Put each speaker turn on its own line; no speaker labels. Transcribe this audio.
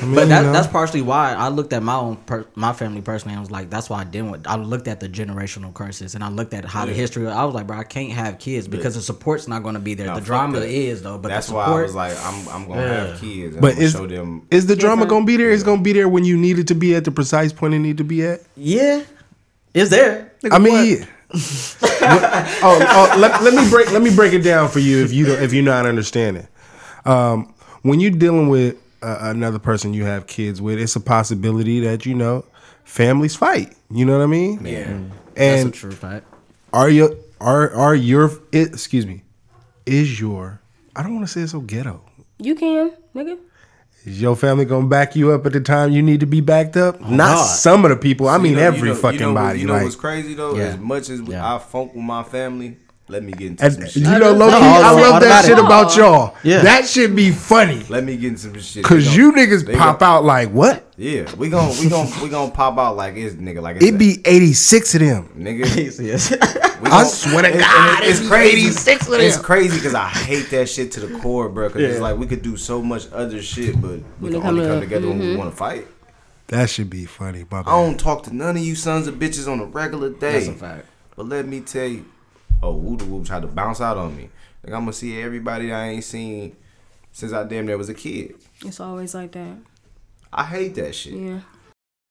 mean,
but that,
you know.
uh,
that's partially why I looked at my own per, my family personally. I was like, that's why I didn't. Want, I looked at the generational curses and I looked at how the
Yeah.
history. I was like, bro, I can't have kids because the support's not going to be there.
Nah,
the
fuck
drama
that.
is though, but
That's
the
why
support,
I was like, I'm I'm gonna have kids. And
But
I'm gonna
is-
show them.
Is the drama
Different.
gonna be there? It's gonna be there when you need it to be at the precise point it need to be at.
yeah, it's there.
I mean, yeah. oh, oh let, let me break let me break it down for you if you don't, if you're not understanding. Um, when you're dealing with uh, another person you have kids with, it's a possibility that you know families fight. You know what I mean?
Yeah.
That's a
And
true fact.
are you are are your it, excuse me is your I don't want to say it so ghetto.
You can, nigga.
Is your family gonna back you up at the time you need to be backed up? Not
God.
some of the people. I
You
mean,
know- you
every
know-
fucking
you know, what-
body.
You know
like,
what's crazy though?
Yeah.
As much as
Yeah.
I funk with my family, let me get into some
and,
shit.
you know, low key,
No,
I
all
love that
about
shit
it.
about y'all.
Yeah.
That should be funny.
let me get into some shit.
Cause
They
you
gon-
niggas
they
pop
gon-
out like what?
Yeah, we gon' we gon' we gon' pop out like it's nigga like it's
It be 86 of them.
nigga.
Yes.
We
I
gon-
swear to
and- and
God,
it's,
it
it's
be
crazy.
86 with
It's
them.
crazy because I hate that shit to the core, bro. Because it's
Yeah.
like we could do so much other shit, but we
it
can
come
only
to- mm-hmm.
come together when we want to fight.
That should be funny, my
I
man.
don't talk to none of you sons of bitches on a regular day.
That's a fact.
But let me tell you, oh, Wooda Woo tried to bounce out on me. Like, I'm gonna see everybody I ain't seen since I damn near was a kid.
It's always like that.
I hate that shit.
Yeah.